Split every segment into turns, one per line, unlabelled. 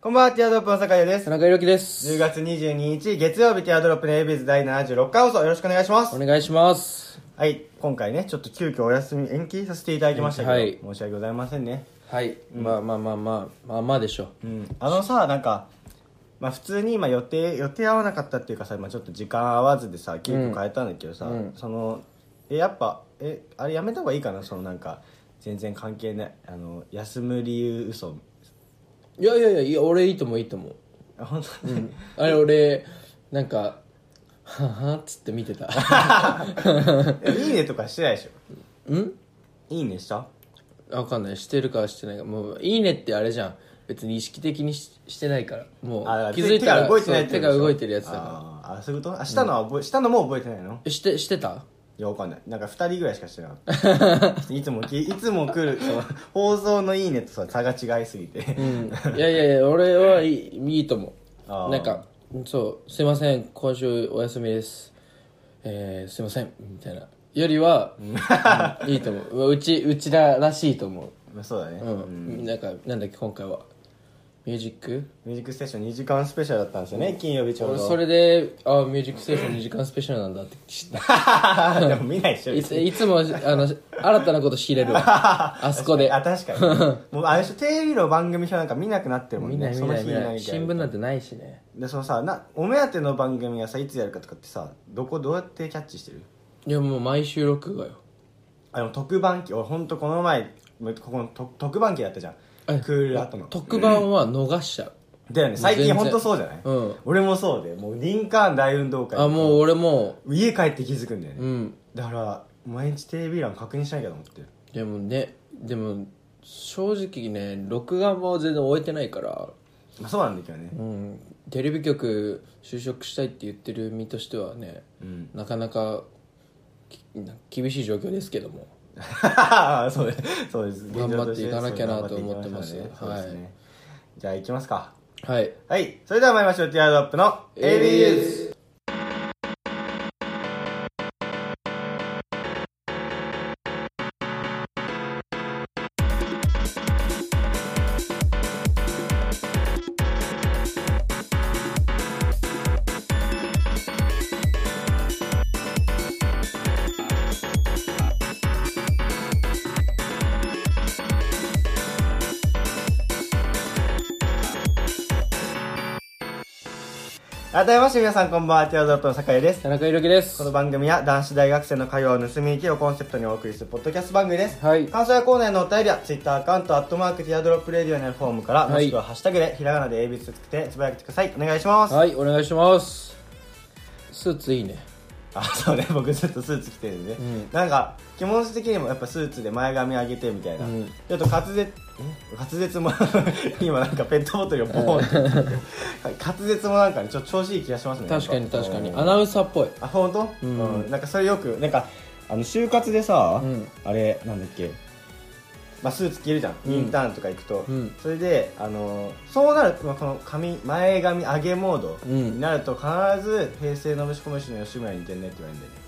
こんばんは、ティアドロップの酒井で
田
す。
中裕樹です。
10月22日、月曜日、ティアドロップのエイビーズ第76回放送、よろしくお願いします
お。願いします。
はい、今回ね、ちょっと急遽お休み、延期させていただきましたけど、
はい
申し訳ございませんね。
はい、まあまあまあまあ、まあまあでしょ
うん、あのさ、なんか、まあ普通に今予定、予定合わなかったっていうかさ、今ちょっと時間合わずでさ、急遽変えたんだけどさ、その、え、やっぱ、え、あれやめた方がいいかな、そのなんか、全然関係ない、あの、休む理由嘘。
う。いやいやいやいや、俺いいともいいとも。
あ本当に、
あれ俺、なんか、ははっつって見て た。
いいねとかしてないでし
ん
ょ。いいねした
あわかんない。してるかしてないか。もう、いいねってあれじゃん。別に意識的にししてないから。も
あ
う、気づいた
手
ら
が動いてない
そう手
こと
が
でしょ
動いてるやつだか
あーあそういうことあしたのは覚え、したのも覚えてないの
ら。して、してた
いやわかんないなんか2人ぐらいしかしてなかった いつもきいつも来るその放送の「いいね」とさ差が違いすぎて、
うん。いやいやいや、俺はいいいいと思
あー
う。なんか、そう、すいません、今週お休みです。えー、すいません、みたいな。より は、うんいいと思う。うち、うちららしいと思
まあ、そうだね、
う。うん。なんか、なんだっけ、今回は。ミュージック
ミュージックステーション2時間スペシャルだったんですよね、金曜日ちょう
俺、
ど
それで、あー、ミュージックステーション2時間スペシャルなんだって知った。
でも見ないでしょ
いついつも、あの、新たなこと仕入れるわ。 あそこで。
あ確か にもうあれでしょテレビの番組表なんか見なくなってるもんね
見ない見ない
その
見
日
ない。
から
新聞なんてないしね。
でそのさなお目当ての番組がさいつやるかとかってさどこどうやってキャッチしてる
いや、もう毎週録画よ。
あの特番機俺ほんとこの前むここのと特番機だったじゃん
え
クールアートの
特番は逃しちゃう。
だよね最近
全然
ほんとそうじゃない、
うん
俺もそうでもうリンカーン大運動会
あもう俺も
家帰って気づくんだよね、
ううん
だから毎日テレビ欄確認しなきゃと思って
でもねでも正直ね録画も全然終えてないから
まあそうなんだけどね
うんテレビ局就職したいって言ってる身としてはね、
うん
なかなかきな厳しい状況ですけども
そうですそうです
頑張っていかなきゃなと思ってます
そう頑張っていきしょうね
は
そうで
い
すねじゃあ行きますか
はい
はいそれでは参りましょうティアドロップの ABS 改めまして皆さんこんばんはティアドロップの酒井です
田中裕樹です
この番組は男子大学生の会話を盗み聞きをコンセプトにお送りするポッドキャスト番組です
はい
感想やコーナーへのお便りは Twitter アカウント「アットマークティアドロップレディオ」のフォームから、
はい
もしくは「ハッシュタグでひらがなで ABS」つけてつぶやいてくださいお願いします、
はいお願いしますスーツいいね
あそうね僕ずっとスーツ着てるんでね、なんか気持ち的にもやっぱスーツで前髪上げてみたいな、
うん
ちょっと滑舌ん滑舌も 今なんかペットボトルをボーンって打って滑舌もなんかねちょっと調子いい気がしますね
確かに確かに
うん
アナウンサーっぽい
あ本当？うん、なんかそれよくなんかあの就活でさ、
うん
あれなんだっけ、まあ、スーツ着るじゃん、インターンとか行くと、
うん
それであのそうなるとまあこの髪前髪上げモード
うん
になると必ず平成のぶしこむしの吉村に似てんねって言われるんだよね、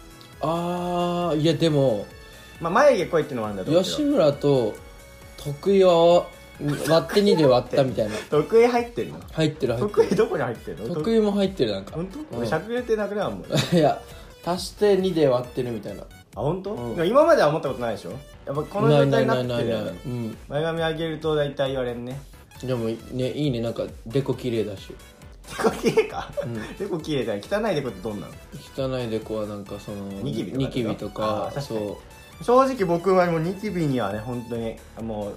あーいやでも
まあ、眉毛濃いってのもあるんだと思うけ
吉村と得意を割って2で割ったみたいな
ど得意入ってるの
入ってる入って
得
る
意どこに入ってるの
得意も入ってるなんか
本当、
うん
俺尺入れてなくなるも んあ
いや足して2で割ってるみたいな
本当、
うん
でも今までは思ったことないでしょやっぱこの
ない
状態
ない
にな
な
っ
い
て
な
るよ
いない
ね
うん
前髪上げると大体言われんね
でもねいいねなんかデコ綺麗だし
デコ綺麗か、デコ綺麗だね汚いデコってどんなの
汚いデコはなんかその
ニキビとか
ニキビと
あ
か
ー確かに
そ
正直僕はもうニキビにはね本当にもう、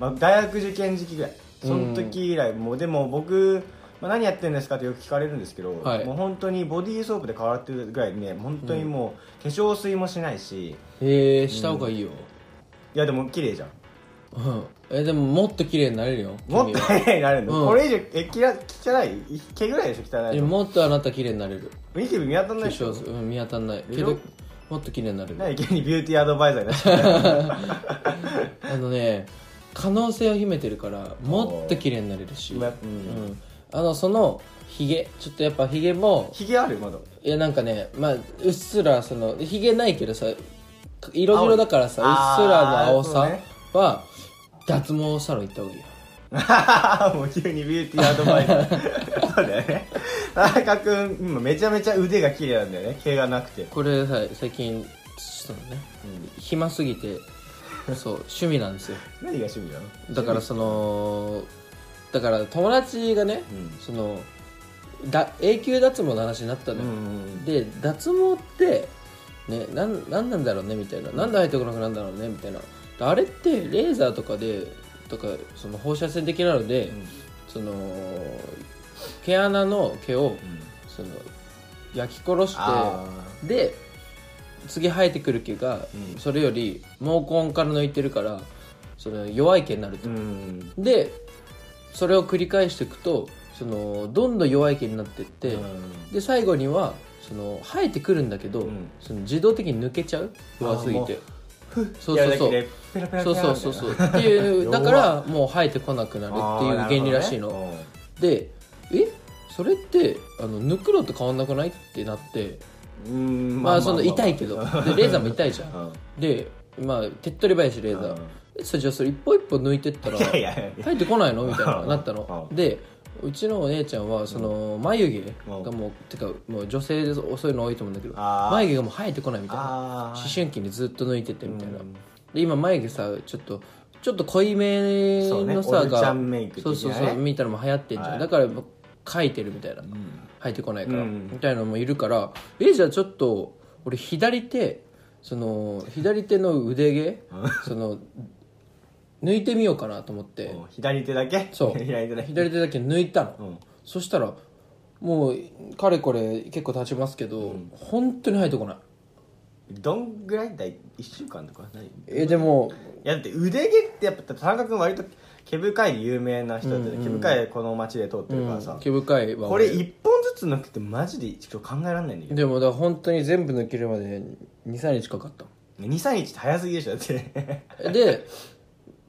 まあ、大学受験時期ぐらいその時以来、もうでも僕、まあ、何やってんですかってよく聞かれるんですけど、
はい
もう本当にボディーソープで変わってるぐらいね本当にもう化粧水もしないし
うへえした方がいいよ
いやでも綺麗じゃん
うんえでももっと綺麗になれるよ
もっ
君
と
は
綺麗になるの、
うん
これ以上えきら汚い毛ぐらいでしょ汚い
え
の
もっとあなた綺麗になれる
ニキビ見当たん
化
ないでしょ
粧水うん見当たんない
で
け
しょ
どもっと綺麗になれる
何急にビューティーアドバイザーになっちゃった
あのね可能性を秘めてるからもっと綺麗になれるし、
うわう
うんんあのそのひげちょっとやっぱひげも
ヒゲあるまだ
いやなんかね、まあ、うっすらそのひげないけどさ色白だからさうっ
青い
すらの青
あーそう
さ
ね
は、脱毛サロン行った方がいいよ
もう急にビューティーアドバイザーそうだよね田中君今めちゃめちゃ腕が綺麗なんだよね毛がなくて
これさ最近ちょっとね、暇すぎ てそう趣味なんですよ
何が趣味なの
だからそのだから友達がね、
うん
そのだ永久脱毛の話になったの
う
よ、
ん
で脱毛って、ね、なんなんなんだろうねみたいな、なんで生えてこなくなるんだろうねみたいなであれってレーザーとかでとかその放射線的なので、
ん
その毛穴の毛を、
うん
その焼き殺し
あ
てで次生えてくる毛が、
うん
それより毛根から抜いてるからその弱い毛になる
う
と、
ん
でそれを繰り返していくとそのどんどん弱い毛になってって、で最後にはその生えてくるんだけど、
うん
その自動的に抜けちゃう弱すぎてそうそうそうそうそうそうそううっていう
弱
だからもう生えてこなくなるっていう原理らしいの、でえそれってあの抜くのと変わんなくないってなって
うん
まあその痛いけどでレーザーも痛いじゃ
うんん
でまあ手っ取り早いしレーザー
うん
えそれじゃあそれ一歩一歩抜いてったら
いやいやいや
入ってこないのみたいななったの
う
でうちのお姉ちゃんはその眉毛がもうてかもう女性でそういうの多いと思うんだけど
あー
眉毛がもう生えてこないみたいな
あ
思
ー
春期にずっと抜いててみたいな
うん
で今眉毛さちょっとちょっと濃いめ
そうね
のさ
オルチ
が
ャンメイク的な
そう
ね
そうそうみたいなのも流行ってんじゃ
は
ん
い
だから描いてるみたいな生えてこないから
うん
みたいなのもいるからえじゃあちょっと俺左手その左手の腕毛その抜いてみようかなと思って
うん左手だけ
そ う
左手だけ
左手だけ抜いたの、
うん
そしたらもうかれこれ結構経ちますけど、本当に生えてこない
どんぐらいだい1週間とかない
えでも
いやだって腕毛ってやっぱ田中君割と毛深い有名な人だったね毛深いこの街で通ってるからさ、
毛深いわ
これ1本ずつ抜くってマジで一応考えられないんだけど
でもだから本当に全部抜けるまで23日かかった
23日って早すぎでしょだって
で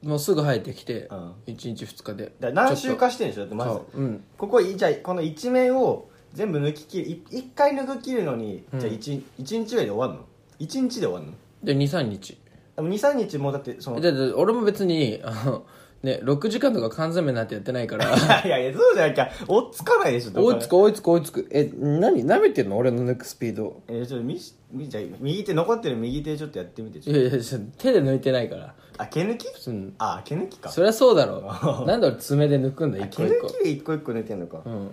もうすぐ生えてきて、
うん
一1日2日で
だから何週かしてるでしょだってまず
そううん
ここじゃあこの一面を全部抜き切るい一回抜き切るのに、じゃあ 1, 一日ぐらいで終わるの一日で終わるの
で23日
でも23日もうだってそのい
でで俺も別にあのね6時間とか缶詰なんてやってないから
や いやそうじゃなきゃ追っつかないでしょ どこ
追いつく追いつく追いつくえ何舐めてんの俺の抜くスピード
えーちょっとみしみじゃあ右手残ってる右手ちょっとやってみてち
い
ょっ
やいやちょ手で抜いてないから
とあ毛抜き
うん
あ毛抜きか
そりゃそう だろなんで俺爪で抜くんだ
あ
一
毛
個一個
抜きで一個一個抜いてんのか、
うん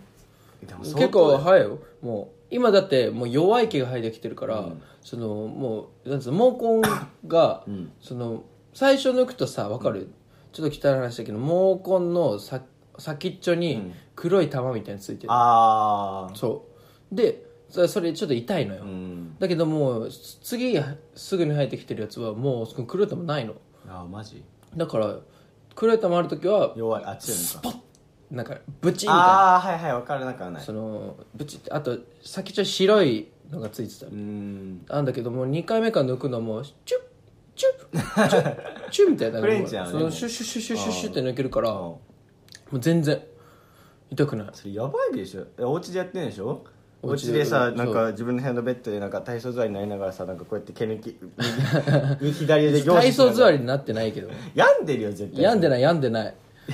でも相当
結構早いよもう今だってもう弱い毛が生えてきてるから、そのもうなんつうの毛根 が、その最初抜くとさ分かる、ちょっと汚い話だけど毛根のさ先っちょに黒い玉みたいについてる、
ああ
そうでそそれちょっと痛いのよ、
うん
だけどもうす次すぐに生えてきてるやつはもうその黒い玉ないの
あーマジ
だから黒い玉ある時は
弱いあっちなのか
なんかブチンみたいな
ああはいはい分からなくはない
そのブチってあと先っちょ白いのがついてた、
うーん
なんだけどもう2回目から抜くのもチュッチュッチュッチュッみたいな
フレンチやね
そ
も
の
う
シュッシュッシュッシュッシュッシュッって抜けるから
あー
もう全然痛くない
それやばいでしょえお家でやってんでしょ
お
お
家
家
で
でさ
うん
なん
そ
か自分の部屋のベッドでなんか体操座りになりながらさなんかこうやって毛抜 き右左手で行
体操座
り
りになってないけど
病んでるよ絶対
病んでない病んでない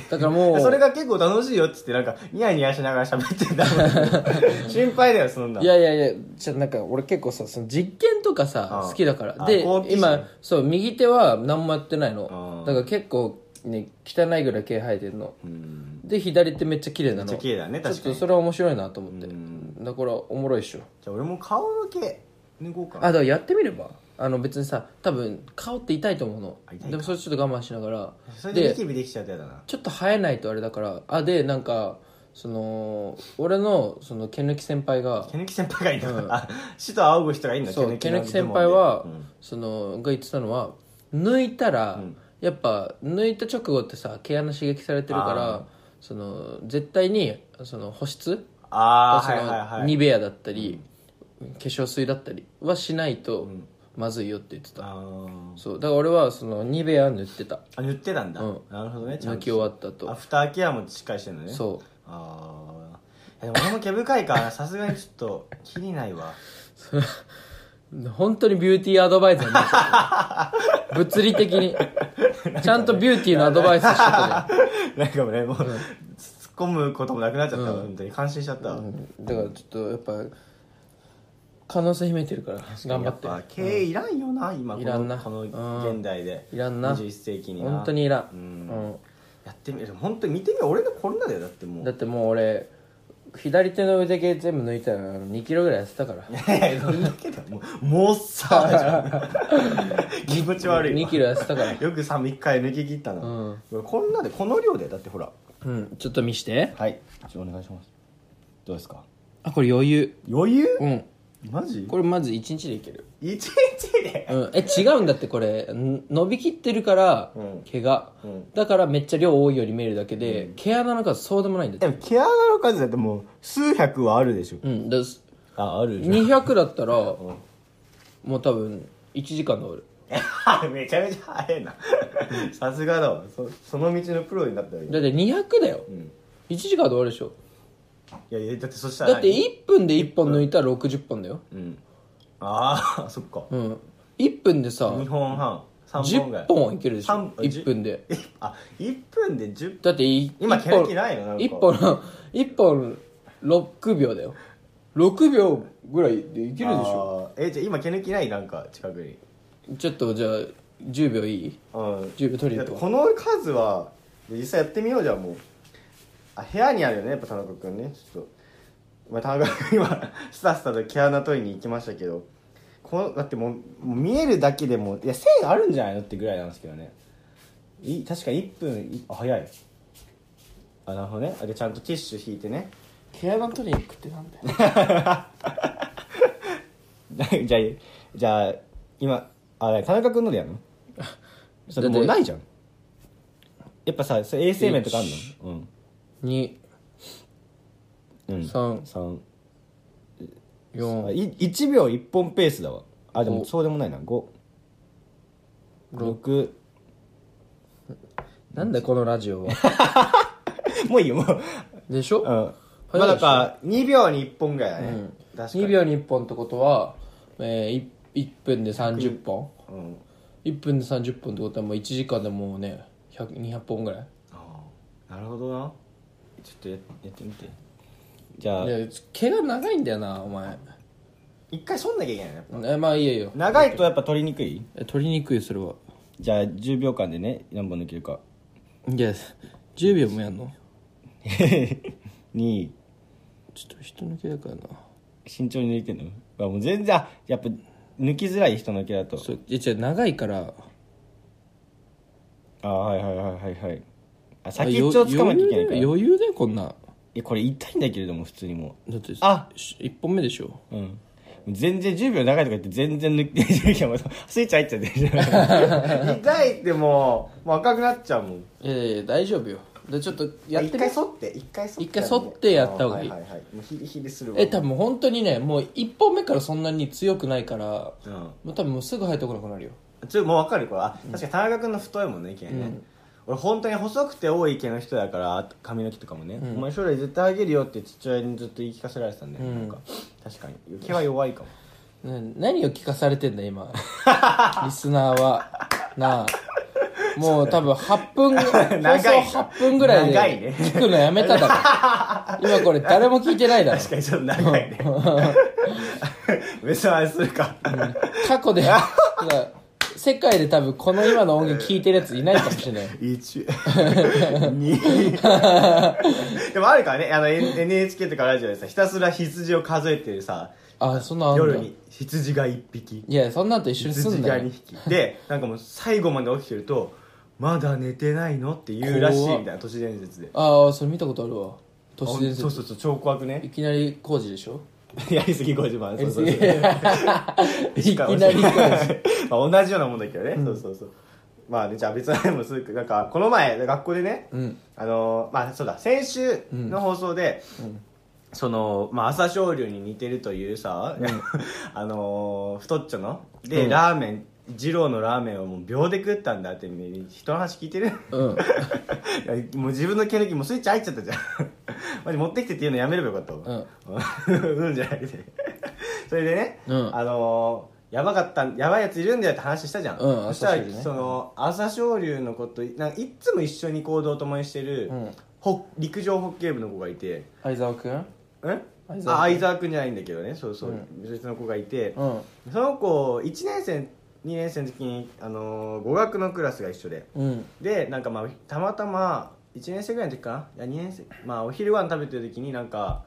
だからもう
それが結構楽しいよっつってなんかニヤニヤしながら喋ってた の心配だよそんない
やいやいやじゃあなんか俺結構さその実験とかさ
うん
好きだから
あ
で
好奇心
今そう右手は何もやってないの
うん
だから結構ね汚いぐらい毛生えてるの
うん
で左手めっちゃ綺麗
め
なの
っちゃ綺麗だね確かに
ちょっとそれは面白いなと思って
うん
だからおもろいっしょ
じゃあ俺も顔の毛抜こうか
あ
な
だからやってみればあの別にさ多分顔って痛いと思う
あ痛い
の
か
でもそれちょっと我慢しなが
そ
ら
れで
で
ニキビできちゃうとやだな
ちょっと生えないとあれだからあでなんかその俺のその毛抜き先輩が
毛抜き先輩がいいの、あ死と仰ぐ人がいいんだ
そう毛
の
抜き先輩は、
うん
そのが言ってたのは抜いたら、やっぱ抜いた直後ってさ毛穴刺激されてるからその絶対にその保湿
ああ
そ
はい
の
はいはい
ニベアだったり、化粧水だったりはしないとまずいよって言ってた、
あー
そうだから俺はそのニベア塗ってた
あ塗ってたんだ、
うん
なるほどねちゃ
抜
ん
き
と
終わったと
アフターケアもしっかりしてるのねう
そ
ああでも俺も毛深いから さすがにちょっと気にない わ
う本当にビューティーアドバイザーになっちゃった物理的にちゃんとビューティーのアドバイスして た
なんか俺もう、突っ込むこともなくなっちゃった、
うん
本当に感心しちゃった、
じゃん、うんだからちょっとやっぱ可能性秘めてるから頑張って
やぱ経営いらんよな、今こ
いらん
の
な
こ
う
の
ん
現代で
いらんな
21世紀にな
本当にいらん、
うん
うん
やってみる本当に見てみよう俺のコロナだよだってもう
だってもう俺左手の腕毛全部抜いたら2キロぐらい痩せたから
いやいやそれだけだよもうもうさじゃん気持ち悪い
2
わ
キロ痩せたから
よくさ3回抜き切ったな、こんなでこの量でだってほら
うんちょっと見して
はいお願いしますどうですか
あこれ余裕
余裕
うん
マジ
これまず1日でいける、
一日で
うん、え違うんだってこれん伸びきってるから
うん
毛が、
うん
だからめっちゃ量多いように見えるだけで、毛穴の数そうでもないんだって
でも毛穴の数だってもう数百はあるでしょ
うんだす
ああるじ
200だったら、もう多分1時間で終わる
ゃん めちゃめちゃ早いなさすがだわそその道のプロになったらいい
だって200だよ、
ん
1時間で終わるでしょ
いやいやだってそしたら
だって
い
1分で1本抜いたら60本だよ
うんああそっか
うん1分でさ
2本半3本ぐらい
10本はいけるでしょ
三
1分で
えあ1分で10
だってい
今
一
毛抜きないよなんか
一本一本6秒だよ6秒ぐらいでいけるでしょ
あーえじゃあ今毛抜きないなんか近くに
ちょっとじゃあ10秒いい
うん
10秒取り
だって
に行こ
この数は実際やってみようじゃあもうあ部屋にあるよねやっぱ田中君ねちょっと、まあ、田中君今スタスタと毛穴取りに行きましたけどこのだってもうもう見えるだけでもいや線あるんじゃないのってぐらいなんですけどねい確かに1分いあ早いあなるほどねあでちゃんとティッシュ引いてね
う毛穴取りに行くってなんだよ
じゃあじゃあ今あ田中君のでや るのそれもうないじゃんやっぱさそれ衛生面とかあるのうんうん
三
三あ
243
い1秒1本ペースだわあでも
お
そうでもないな567
なんだよこのラジ オは
もういいよも う、
でし
うん、
ょ
まあだから2秒に1本ぐらいだね、確かに
2秒に1本ってことはえーい1分で30本
うん
1分で30本ってことはもう1時間でもうね100 200本ぐらい
ああなるほどなちょっとややってみてじゃあ
いや毛が長いんだよなお前
一回そんなきゃいけないね
えまあいいよいいよ
長いとやっぱ取りにくい
え取りにくいよそれは
じゃあ10秒間でね何本抜けるか
いや10秒もやんの
に
ちょっと人抜けだからな
慎重に抜いてんのあもう全然あやっぱ抜きづらい人抜けだと
そういや違う長いから
あはいはいはいはいはいあ
あ
先っ
よ
ちょをつかまなきゃいけないから
余裕だよ余裕だよこんない
やこれ痛いんだけれども普通にも
だって
あ
1本目でしょ
ううん全然10秒長いとか言って全然抜け てるけどスイッチ入っちゃってる痛いってもうもう赤くなっちゃうもん
いやいやいや大丈夫よでちょっとやって
一
み
回反って一回反って
一回反ってやった方がいい
あはいはいはいもうヒリヒリするわ
え多分本当にねもう1本目からそんなに強くないから
うん
もう多分もうすぐ生えてこなくなるよ
ちょもう分かるこれあ確かに田中君の太いもんね意見ね、俺本当に細くて多い毛の人だから髪の毛とかもね、お前将来絶対あげるよって父親にずっと言い聞かせられてたんだよ、なんか確かに毛は弱いかも
な何を聞かされてん だ今リスナーはなあもう多分8分放
長いな
送8分ぐらい
長いね
で聞くのやめた だろ今これ誰も聞いてないだろ
確かにちょっと長いね別のあれするか
過去でいや世界で多分この今の音源聞いてるやついないかもしれない
12でもあるからねあの N- NHK とかラジオでさひたすら羊を数えてるさ
あそんなんあんだ
夜に羊が1匹
いやそんなんと一緒にす
羊
ん
が
だ
2
よ
匹でなんかもう最後まで起きてるとまだ寝てないのって言うらしいみ
怖
た
っ
いな都市伝説で
ああそれ見たことあるわ都市伝
そう
説
そうそう超怖く
い
ね
きなり工事でしょ
やりすぎ50万そうそうそう
いきなり 工事
まあ同じようなもんだけどね、そうそうそうまあねじゃあ別の話もするけどなんかこの前学校でね、
うん
あのーまあそうだ先週の放送で、そのまあ朝青龍に似てるというさ、 あのー太っちょので、
うん
ラーメン二郎のラーメンをもう秒で食ったんだって人の 話聞いてる
うん
いやもう自分の毛抜きもうスイッチ入っちゃったじゃん マジ持ってきてっていうのやめればよかったわうん うんじゃなくてそれでね、
うん
あのーやばかったやばいやついるんだよって話したじゃん、
う
そ
ん
したら、
朝青龍ね
その朝青龍のことなんかいっつも一緒に行動を共にしてる、
うん
ほ陸上ホッケー部の子がいて
相沢君
え
相沢君
あ相沢君じゃないんだけどねそうそう、別の子がいて、
うん
その子1年生2年生の時に、あのー語学のクラスが一緒で
うん
でなんかまあたまたま1年生ぐらいの時かないや2年生まあお昼ご飯食べてる時になんか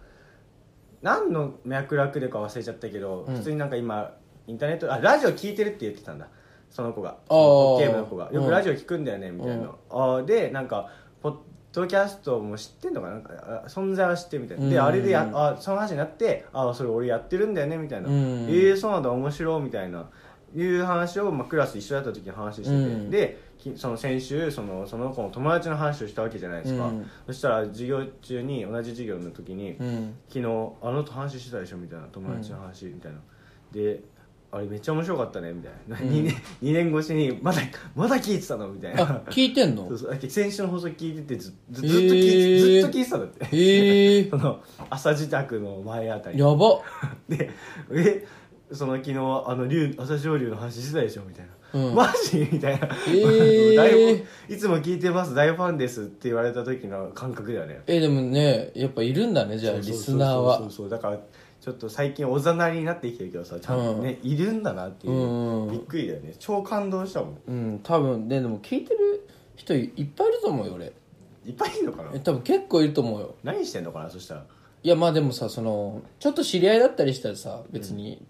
何の脈絡でか忘れちゃったけど、
うん
普通になんか今インターネットあラジオ聞いてるって言ってたんだその子が
あー
ゲームの子がよ
うん
くラジオ聞くんだよねみたいな、あーでなんかポッドキャストも知ってんのかななんかあ存在は知ってるみたいな、
う
で
ん
あれでやあその話になってあーそれ俺やってるんだよねみたいな、
うん
ええそうなんだ面白いみたいないう話を、まあ、クラス一緒だった時に話してて、
うん
できその先週そのその子の友達の話をしたわけじゃないですか、
うん
そしたら授業中に同じ授業の時に、
うん
昨日あのと話してたでしょみたいな友達の話みたいな、であれめっちゃ面白かったねみたいな、
うん
2, 年2年越しにまだまだ聞いてたのみたい
あ
な
聞いて ん
そう
の
そう先週の放送聞いててずずずっと
へ
聞いて、
ー
ずっと聞いてたんだって
へえ
その朝自宅の前あたり
やば
で「えその昨日あの竜朝青龍の話してたでしょ」みたいな「
うん
マジ?」みたいな、
ー
大ファンいつも聞いてます大ファンです」って言われた時の感覚だよね
えでもねやっぱいるんだねじゃあ
そうそう
リ
そ
ス
う
ナー
そう
は
そうだからちょっと最近おざなりになってきてるけどさちゃんとね、いるんだなっていう、
うんうん
びっくりだよね超感動したもん
うん多分ねでも聞いてる人いっぱいいると思うよ俺
いっぱいいるのかな
え多分結構いると思うよ
何してんのかなそしたら
いやまあでもさそのちょっと知り合いだったりしたらさ別に、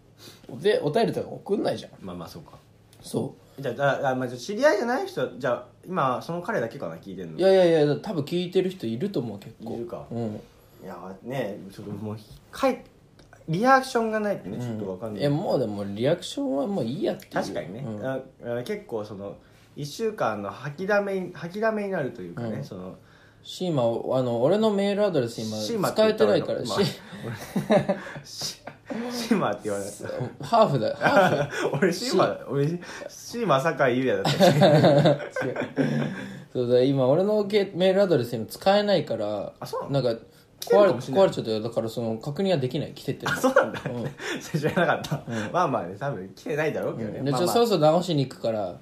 でお便りとか送んないじゃん
まあまあそうか
そ
じゃあだあ、まあ、じゃあ知り合いじゃない人じゃあ今その彼だけかな聞いてん
う
の
いやいやいや多分聞いてる人いると思う結構
いるか
うん
いやーねちょっともうかいリアクションがないとねちょっとわかんない、
えもうでもリアクションはもういいやっていう
確かにね、
うん
ああ結構その1週間の吐きだめに吐きだめになるというかね、
うん
その
シーマをあの俺のメールアドレス今
シーマって
使
言
え
った
て
ら
ないから
今
シ
シシーマって言われた
ハーフだよハ
俺シーマ俺シーマ酒井優也だった し
ーフ違うそうだ今俺のけメールアドレス今使えないから
あそうな
なんか
来てる
壊れ
かもしれない
壊れちゃったよだからその確認ができない来てて
あそうなんだ、それ知らなかった、まあまあね多分来てないだろうけどね、
で
ま
ち
あ
ょ
ま
そろそろ直しに行くからあ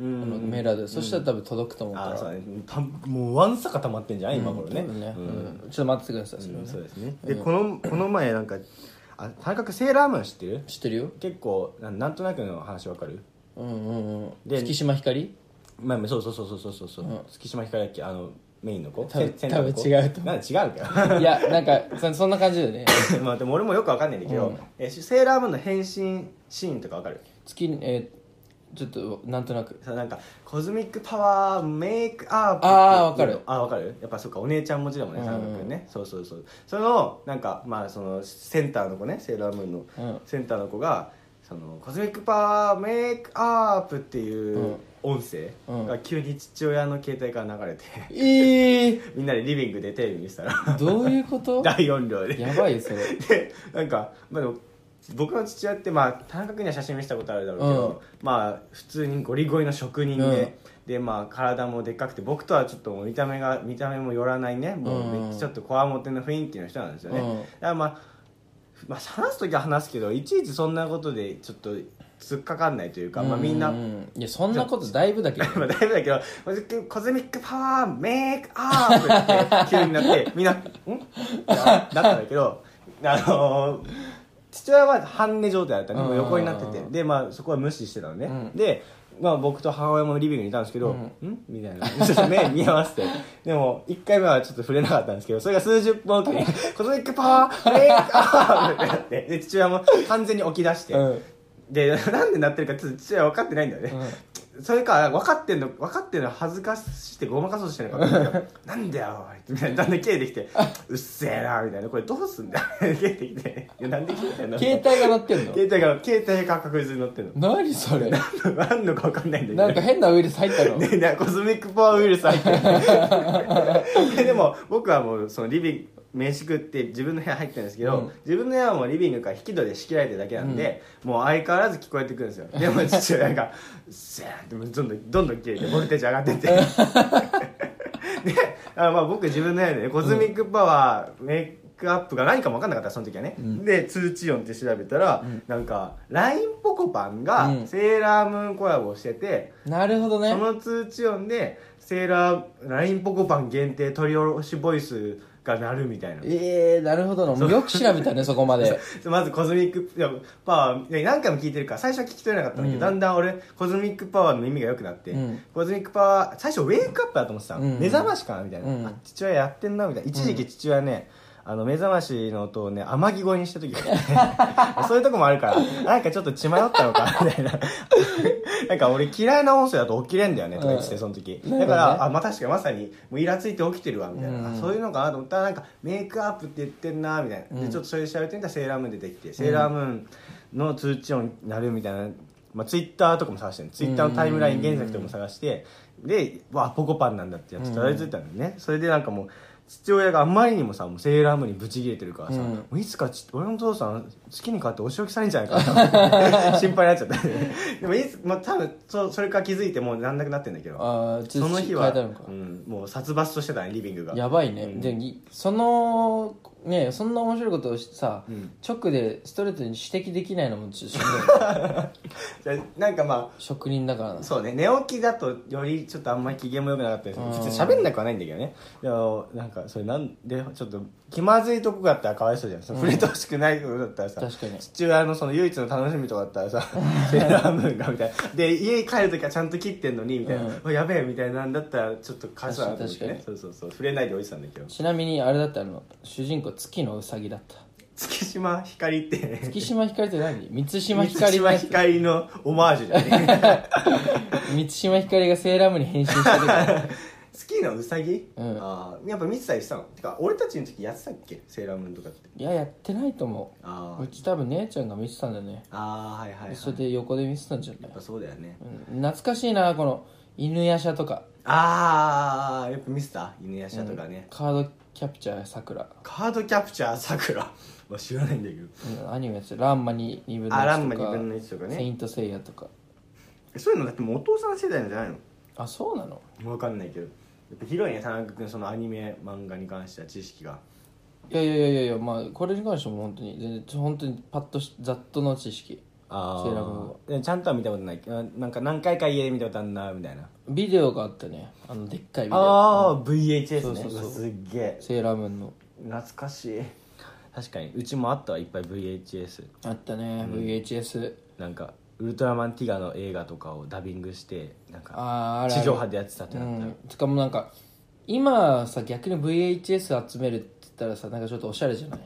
うん
のメールアドレスそしたら多分届くと思う
ああー
か
そう
ら
だねたもうわんさか溜まってんじゃん、今頃ね、
多分ねうんちょっと待っててくださいそれはね
そうですねでこのこの前なんかあ田中セーラームーン知ってる
知ってるよ
結構ななんとなくの話わかる
うんうんうん
で
月島ひ かり
まあそうそうそうそうそうそう、月島ひかりだっけあのメインの子
多分
センターの子
多分違うと思
なんで違うか
いやなんかそそんな感じだよね
よ まあでも俺もよくわかんないんだけど、えセーラームーンの変身シーンとかわかる
月にえーちょっとなんとなく
さなんかコズミックパワーメイクアップ
あーわかる
あーわかるやっぱそっかお姉ちゃん持ちだもんね
うん
田中君ねそうそうそうそのなんかまあそのセンターの子ねセーラームーンの
うん
センターの子がそのコズミックパワーメイクアップっていう音声
うん
が急に父親の携帯から流れて
ええ
みんなでリビングでテレビ見てたら
どういうこと
大音量で
やばいよそれ
でなんか、まあ、でも僕の父親って、まあ、田中君には写真見せたことあるだろうけど、まあ普通にゴリゴリの職人で、
うん
でまあ体もでっかくて僕とはちょっともう見た目が見た目も寄らないねもうめっちゃちょっとこわもての雰囲気の人なんですよね、
うん
だからまあ、まあ、話す時は話すけどいちいちそんなことでちょっと突っかかんないというか、まあ、みんな
ういやそんなことだいぶだけど
まあ、だいぶだけど、コズミックパワーメイクアップって急になって、みんな、んってなったんだけど、あのー父親は半寝状態だったね、もう横になって
う
て
ん。
で、まあそこは無視してたのね。
うん
で、まあ僕と母親もリビングにいたんですけど、んみたいな。 ちょっと目見合わせて。でも、1回目はちょっと触れなかったんですけど、それが数十分おきに、コズミックパワーメイクアップってなって、で、父親も完全に起き出して、
うん
で なんでなってるかちょっと父親分かってないんだよね、それか分かってんの分かってんの恥ずかしてごまかそうとしてるのかもしれないけ どなんだよおいみたいなだんだん切れてきてうっせえなみたいなこれどうすんだよ 切れてきていやなんで切れてんの
携帯が鳴ってんの
携帯が携帯が確実に乗っ てんの
何それ
何のか分かんないんだけど
なんか変なウイルス入ったの
ねねコズミックパワーウイルス入ってるででも僕はもうそのリビング飯食って自分の部屋入ってるんですけど、
うん
自分の部屋はもうリビングから引き戸で仕切られてるだけなんで、もう相変わらず聞こえてくるんですよでも父親が「シャーン!」ってもうどんどんどんどん切れてボルテージ上がっててであまあ僕自分の部屋でねコズミックパワーメイククアップが何かも分かんなかったその時はね、で通知音って調べたら、なんか LINE ポコパンが
うん
セーラームーンコラボしてて、
なるほどね
その通知音でセーラー LINE ポコパン限定取り下ろしボイスが鳴るみたいな
ええなるほどなよく調べたねそこまで
まずコズミックいやパワーいや何回も聞いてるから最初は聞き取れなかったんだけど、
うん
だんだん俺コズミックパワーの意味が良くなって、
うん
コズミックパワー最初ウェイクアップだと思ってた、
うん
目覚ましかなみたいな、
うん
あ父親やってんなみたいな一時期父親ね、あの目覚ましの音をね天城越えにした時があっ てそういうとこもあるからなんかちょっと血迷ったのかみたいな なんか俺嫌いな音声だと起きれんだよねとか言っててその時、
うん
だか
なる
ら、
ほどね
あまあ確かにまさにもうイラついて起きてるわみたいな、
うん
あそういうのかなと思ったらなんかメイクアップって言ってんなみたいな、
うん
でちょっとそれで調べてみたらセーラームーン出てきて、セーラームーンの通知音になるみたいな、まあ、ツイッターとかも探してるツイッターのタイムライン原作とかも探して、でわあポコパンなんだってやつたどり着いたんだよね、それでなんかもう父親があまりにもさもうセーラームーンにブチ切れてるからさ、
うん
もういつかち俺の父さん月に変わってお仕置きされんじゃないか な心配になっちゃったでもいつ、まあ、多分そそれから気づいてもうなんなくなってんだけど
ああ通知
その日
変
は
えたのか
うん、もう殺伐としてたねリビングが
やばいね、
うん
でいそのねそんな面白いことをしさ、
うん
直でストレートに指摘できないのもちょっとしんど い
じゃあなんかま
職人だからな
あそうね寝起きだとよりちょっとあんまり機嫌も良くなかったです
うん
普通喋んなくはないんだけどねでもなんかそれなんでちょっと気まずいとこがあったらかわいそうじゃん、その触れてほしくないことだったらさ
確かに
父親のその唯一の楽しみとかだったらさセーラームーンがみたいなで家に帰る時はちゃんと切ってんのにみたいな、やべえみたいなんだったらちょっと返すわなと思ってね
確
そうそうそう触れないでおいてたんだけど
ちなみにあれだったの主人公月のうさぎだった
月島ひかりって
月島ひかりって何満島
満
ひかり
島
が
ひかりのオマージュじゃね
満島ひかりがセーラームーンに変身した 時だ
好きなウサギ、
うん
あーやっぱ見てたりしたのてか俺たちの時やってたっけセーラームーンとかって
いややってないと思
あ
ううち多分姉ちゃんが見てたんだよね
あーはいはい、はい、
それで横で見てたんじゃな
や
い
っぱそうだよね
うん懐かしいなこの犬夜叉とか
ああやっぱ見てた犬やしゃとかね、
カードキャプチャーさくら
カードキャプチャーさくら まあ知らないんだけど
うんアニメやつランマに2分の1とか
あランマ2分の1とかね
セイントセイヤとか
そういうのだってもうお父さん世代なんじゃない
あそうなの
のわかんないけどやっぱ広いね田中君そのアニメ漫画に関しては知識が
いやいやいやいやいやまあこれに関しても本当に全然本当にパッとしざっとの知識
あ
セーラーム
ーでちゃんとは見たことないあなんか何回か家で見たことあるなみたいな
ビデオがあったねあのでっかいビデオ
ああ VHS ね
そうそうそう
すっげえ
セーラームーンの
懐かしい確かにうちもあったわいっぱい VHS
あったね VHS
なんかウルトラマンティガの映画とかをダビングしてなんか
あーあれ
地上波でやってたって
う
なったら
んつかもうなんか今さ逆に VHS 集めるって言ったらさなんかちょっとおしゃれじゃない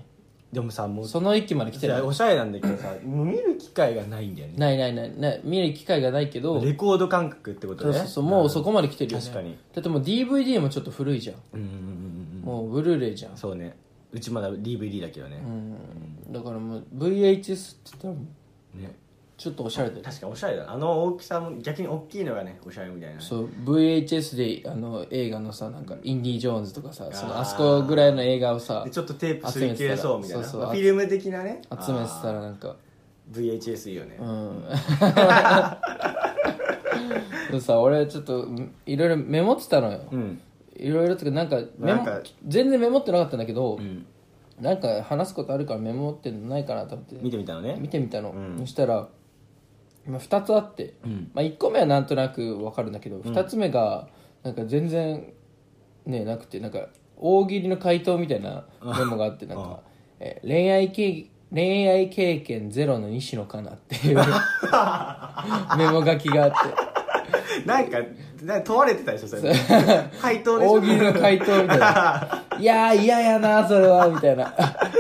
でもさもう
その域まで来てない
おしゃれなんだけどさもう見る機会がないんだよね
ないないないない見る機会がないけど
レコード感覚ってこと
そう
ね
そうそうもうそこまで来てるよね
確かに
だってもう DVD もちょっと古いじゃん、
うんうんうんうん
もうブルーレイじゃん
うん、そうねうちまだ DVD だけどね
う、ん、だからもう VHS って言ったら
ね
ちょっとおしゃれだよね
確かにおしゃれだなあの大きさも逆に大きいのがねおしゃれみたいなね
そう VHS であの映画のさなんかインディ・ジョーンズとかさそ
あ
の
ー
あそこぐらいの映画をさ
でちょっとテープすり切れそうみたいな
そうそう
まあフィルム的なね
集めてたらなんか
あー VHS いいよね、
うん でもさ俺ちょっとんいろいろメモってたのよ、
うん
いろいろとかなんかメ
なん
モ
か
全然メモってなかったんだけど、
ん
なんか話すことあるからメモってんのないかなと思って
見てみたのね
見てみたの、
うん
そしたら、まあ、2つあって、
うん
まあ、1個目はなんとなく分かるんだけど、2つ目がなんか全然ねなくてなんか大喜利の回答みたいなメモがあってなんか、えー恋愛経恋愛経験ゼロの西野かなって いうメモ書きがあって
なんかなんか問われてたでしょそれ回答でしょ
大喜利の回答みたいな「いやー嫌やなそれは」みたい な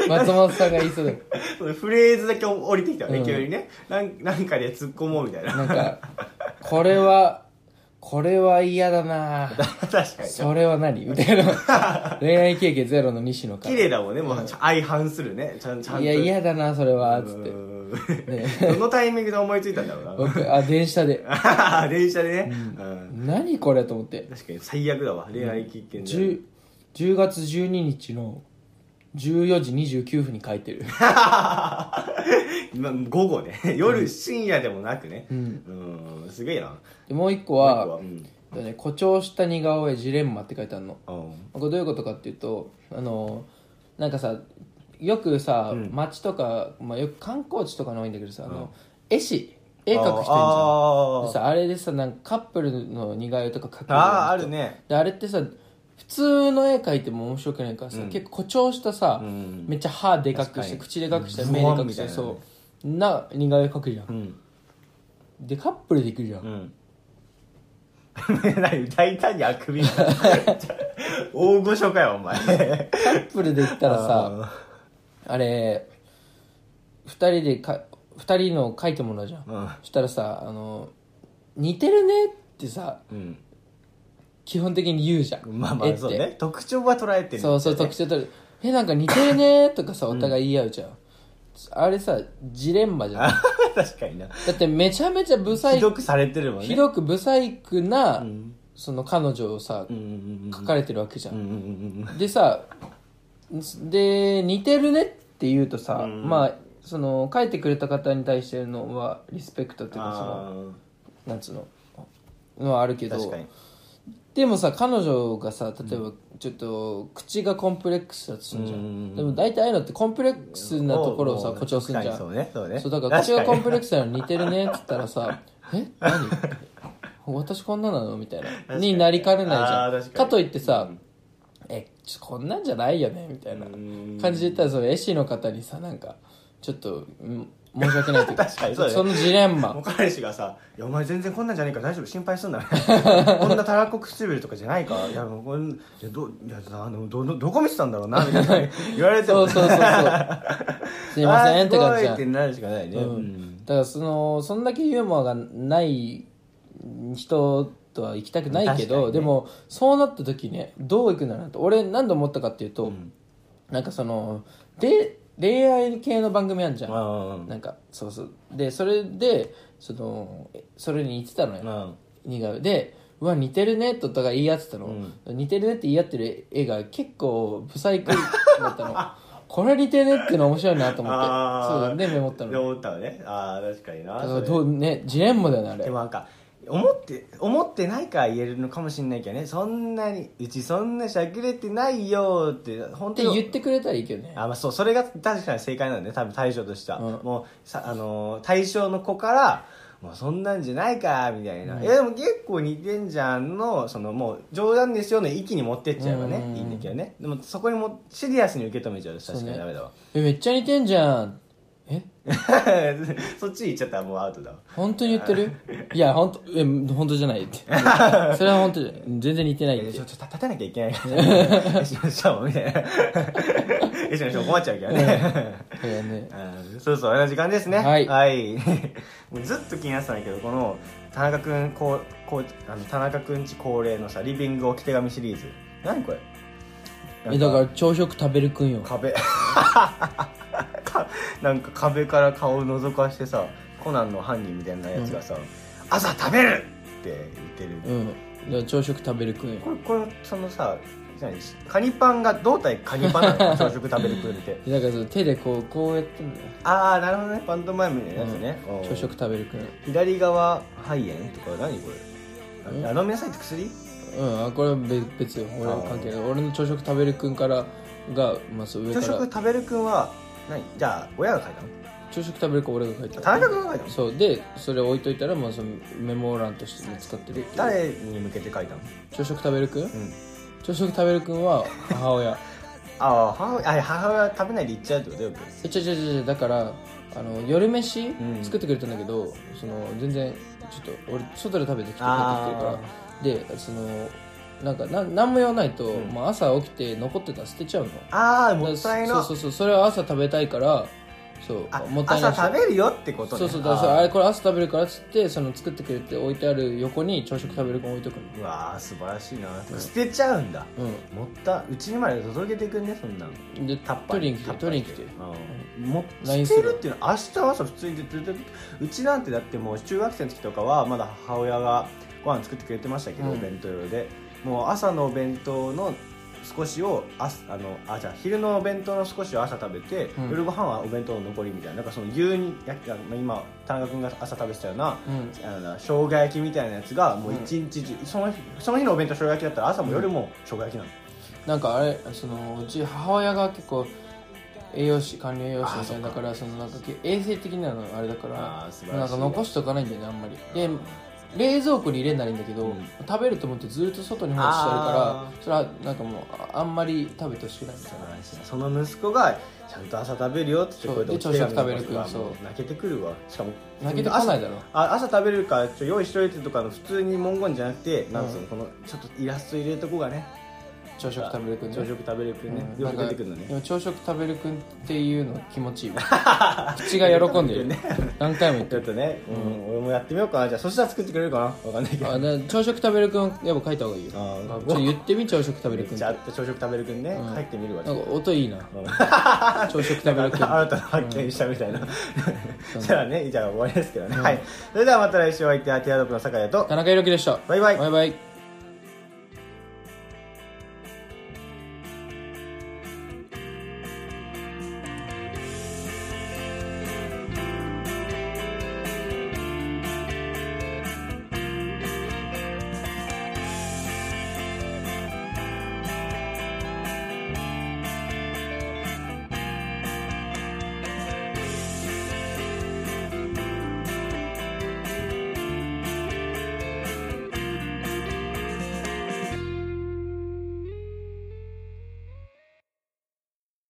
松本さんが言いそうだ
そのフレーズだけ降りてきたのね、急にねなんなんかで突っ込もうみたいな
なんかこれはこれは嫌だな
確かに
それは何みたいな 恋愛経験ゼロの西野か
綺麗だもんねもう相反するねちゃんちゃんと
いや嫌だなそれは
う
つって
ーん どのタイミングで思いついたんだろう
僕あ電車で
な 電車でね、うん
何これと思って
確かに最悪だわ恋愛経験で、
10, 10月12日の14時29分に書いてる
まあ午後ね夜深夜でもなくねうんんすげえな
でもう一個
僕は
は
うん
「だね誇張した似顔絵ジレンマ」って書いてあるの
あー
これどういうことかっていうとあのなんかさよくさ、
うん
街とか、まあ、よく観光地とかの多いんだけどさ、あの絵師絵描く人いるじゃん
あ
で
ー
さあれでさなんかカップルの似顔絵とか描く人
あーあるね
であれってさ普通の絵描いても面白くないからさ、結構誇張したさ、
ん
めっちゃ歯でかくして
確かに
口でかくして
ズボ
目
ン
でかく
み
して、
たいなね
そうな似顔絵描くじゃん、
うん
でカップルできるじゃん、
うん 何大胆にあくび大御所かよお前
カップルできたらさあれ2人でか二人の描いてもらうじゃん、
うん
そしたらさあの「似てるね」ってさ
うん
基本的に言うじゃん
まあま
絵っ
あ
て
そうね特徴は捉えてる
そうそう特徴取る「えなんか似てるね」とかさお互い言い合うじゃん、あれさジレンマじゃん
あ 確かにな
だってめちゃめちゃブサ
ひ
イク
どくされてるもんね
ひどくブサイクな、
ん
その彼女をさ
うんうん
書かれてるわけじゃ
うんうん
ん、
うんうん
でさで似てるねって言うとさ、
うん
まあその書いてくれた方に対してのはリスペクトっていうかその
あ
なんつうののはあるけ
ー
ど
確かに
でもさ彼女がさ例えばちょっと口がコンプレックスだとするじゃん、
うんうんうん
でも大体ああいうのってコンプレックスなところをさ
おうおう
誇張するじゃん
確かにそうねそうね
だから口
確
が
か
コ
に
ンプレックスなのに似てるねっつった らさ「え何私こんななの?」みたいな
に
になりかねないじゃ
あー
ん
確
か
かに
といってさ「えちょこんなんじゃないよね」みたいな
うん
感じで言ったらその絵師の方にさなんかちょっとん申し訳ないとい う
確かにそうだね
のジレンマ
もう彼氏がさ「いやお前全然こんなんじゃねえから大丈夫心配すんな」 こんなたらこ唇とかじゃないからいやもうこんいやどいやあのどどどこ見てたんだろうな」みたいな言われて
そ
も
うそ うそうそうすいませんって感じ
あーすごい
じゃ
っ
ん
てなるしかないね、
うんだからそのそんだけユーモアがない人とは行きたくないけ
確かに
ど、
ね
でもそうなった時ねどう行くんだろうなと俺何度思ったかっていうと、なんかそので恋愛系の番組あんじゃん、
うん
なんかそうそうでそれでそのえそれに言ってたのよ、
うん
似顔絵で「うわ似てるね」ととか言い合ってたの、似てるねって言い合ってる絵が結構不細工だった のこれ似てるねっての面白いなと思って
あー
そうでメモったの
で思ったのねああ確かにな
だか
そ
ら
れ
どうねジレンマだよねあれ
でもなんか思って思ってないから言えるのかもしれないけどねそんなにうちそんなしゃくれてないよって本
って
当に
言ってくれたらいいけどね
あまあ、そうそれが確かに正解なんだね多分対象としては、
うん
もうさ、あのー対象の子から「もうそんなんじゃないか」みたいな「いやでも結構似てんじゃんの」そのもう冗談ですよの域に持ってっちゃえばね、
うんうんうん
いいんだけどねでもそこにもシリアスに受け止めちゃうと確かにダメだわ
えめっちゃ似てんじゃんえ
そっち行っちゃったらもうアウトだわ
本当に言っ てるいや本当え本当じゃないってそれは本当じゃない全然似てないっ
え
て
ちょっと立たなきゃいけない からしましょうみたいなえしましょう困っちゃうけどね
いやね
うんそうそう、同じ時間ですね。
はい
も うずっと気になってたんだけど、この、田中くん、こう、こう、あの、田中くんち恒例のさ、リビング置き手紙シリーズ。何これ
えだから朝食食べるくんよ
壁。 かなんか壁から顔を覗かしてさ、コナンの犯人みたいなやつがさ、朝食べるって言って
う
る。
んだから朝食食べるくんよ
これ、これ、そのさ、何カニパンが、胴体カニパンなの朝食食べるくん って。
だからその手でこうこうやってんだよ
あー、なるほどね。パントマイムのやつね。おー
朝食食べるくん
左側肺炎とか何これあ飲みなさいって薬
うんあこれは別別よ俺は関係ない俺の朝食食べるくんからがまあそう上か
朝
ら
食食べるくんは何じゃあ親が書いたの
朝食食べるくん俺が書いて
田中君が書いたの
そうでそれ置いといたらもうそのメモ欄として使ってるっていう
誰に向けて書いたの
朝食食べるくん
うん
朝食食べるくんは母親
ああ母親あ母親は食べないで行っちゃうってことよ
えちょちょちょだからあの夜飯
ん
作ってくれたんだけど、その全然ちょっと俺外で食べてきて帰
あ
ってきてるからでそのなんかなん何も言わないと、
うん
まあ、朝起きて残ってたら捨てちゃうの
ああもったい
だから
な
そうそうそうそれは朝食べたいからそう
あ
もったいない
朝
し
食べるよってことね
そうそうだから
あ
そう
ー
あれこれ朝食べるからっつってその作ってくれて置いてある横に朝食食べるくん置いとくの
うわー素晴らしいな捨てちゃうんだ
うん
もったうちにまで届けてくんねそんなの
で
タッパー
取りに来て取りに来て
うんもう
ライン
捨て
する
るっていうのは明日朝普通にずっとうちなんてだってもう中学生の時とかはまだ母親がご飯作ってくれてましたけど、
うん
お弁当用でもう朝のお弁当の少しをあすあのあじゃあ昼のお弁当の少しを朝食べて、
うん
夜ご飯はお弁当の残りみたいななんかその牛乳やあの今田中君が朝食べてたような、
うん
あの生姜焼きみたいなやつがもう一日中、その日その日のお弁当生姜焼きだったら朝も夜も生姜焼きなの、
なんかあれそのうち母親が結構栄養士管理栄養士みたいなだからそのなんかけ衛生的なのあれだか
あー素晴
ら
らしい
なんか残しとかないんだよねあんまりで冷蔵庫に入れないんだけど、食べると思ってずっと外に放置してあるからそれはなんかもうああんまり食べてほしくないみたいな
その息子がちゃんと朝食べるよって言って
そう
こうやってお手紙
で朝食食べるから
残すわ
そう
もう泣けてくるわしかも
泣けてこないだろ
あ朝食べれるからちょっと用意しといてとかの普通に文言じゃなくて、なんつうのこのちょっとイラスト入れとこがね
朝食食べるくんね
朝食食べれるくんね、
うん
よ
なん
く
か
出てくるのね
でも朝食食べるくんっていうの気持ちいいわ口が喜んでる
ね
何回も言って
ちょっ
る
とね、うん俺もやってみようかなじゃあそしたら作ってくれるかなわかんないけど
あな朝食食べるくんやっぱ書いた方がいいよ
あー
まあちょっと言ってみ朝食食べるくんって
じゃあ朝食食べるくんね、
ん
入ってみるわ
なんか音いいな
うん
朝食食べるくん
新たな発見したみたいな、 そしたらねじゃあ終わりですけどね、はいそれではまた来週お相手はティアドロップの酒屋と
田中裕樹でした
バイバイ
バイバイ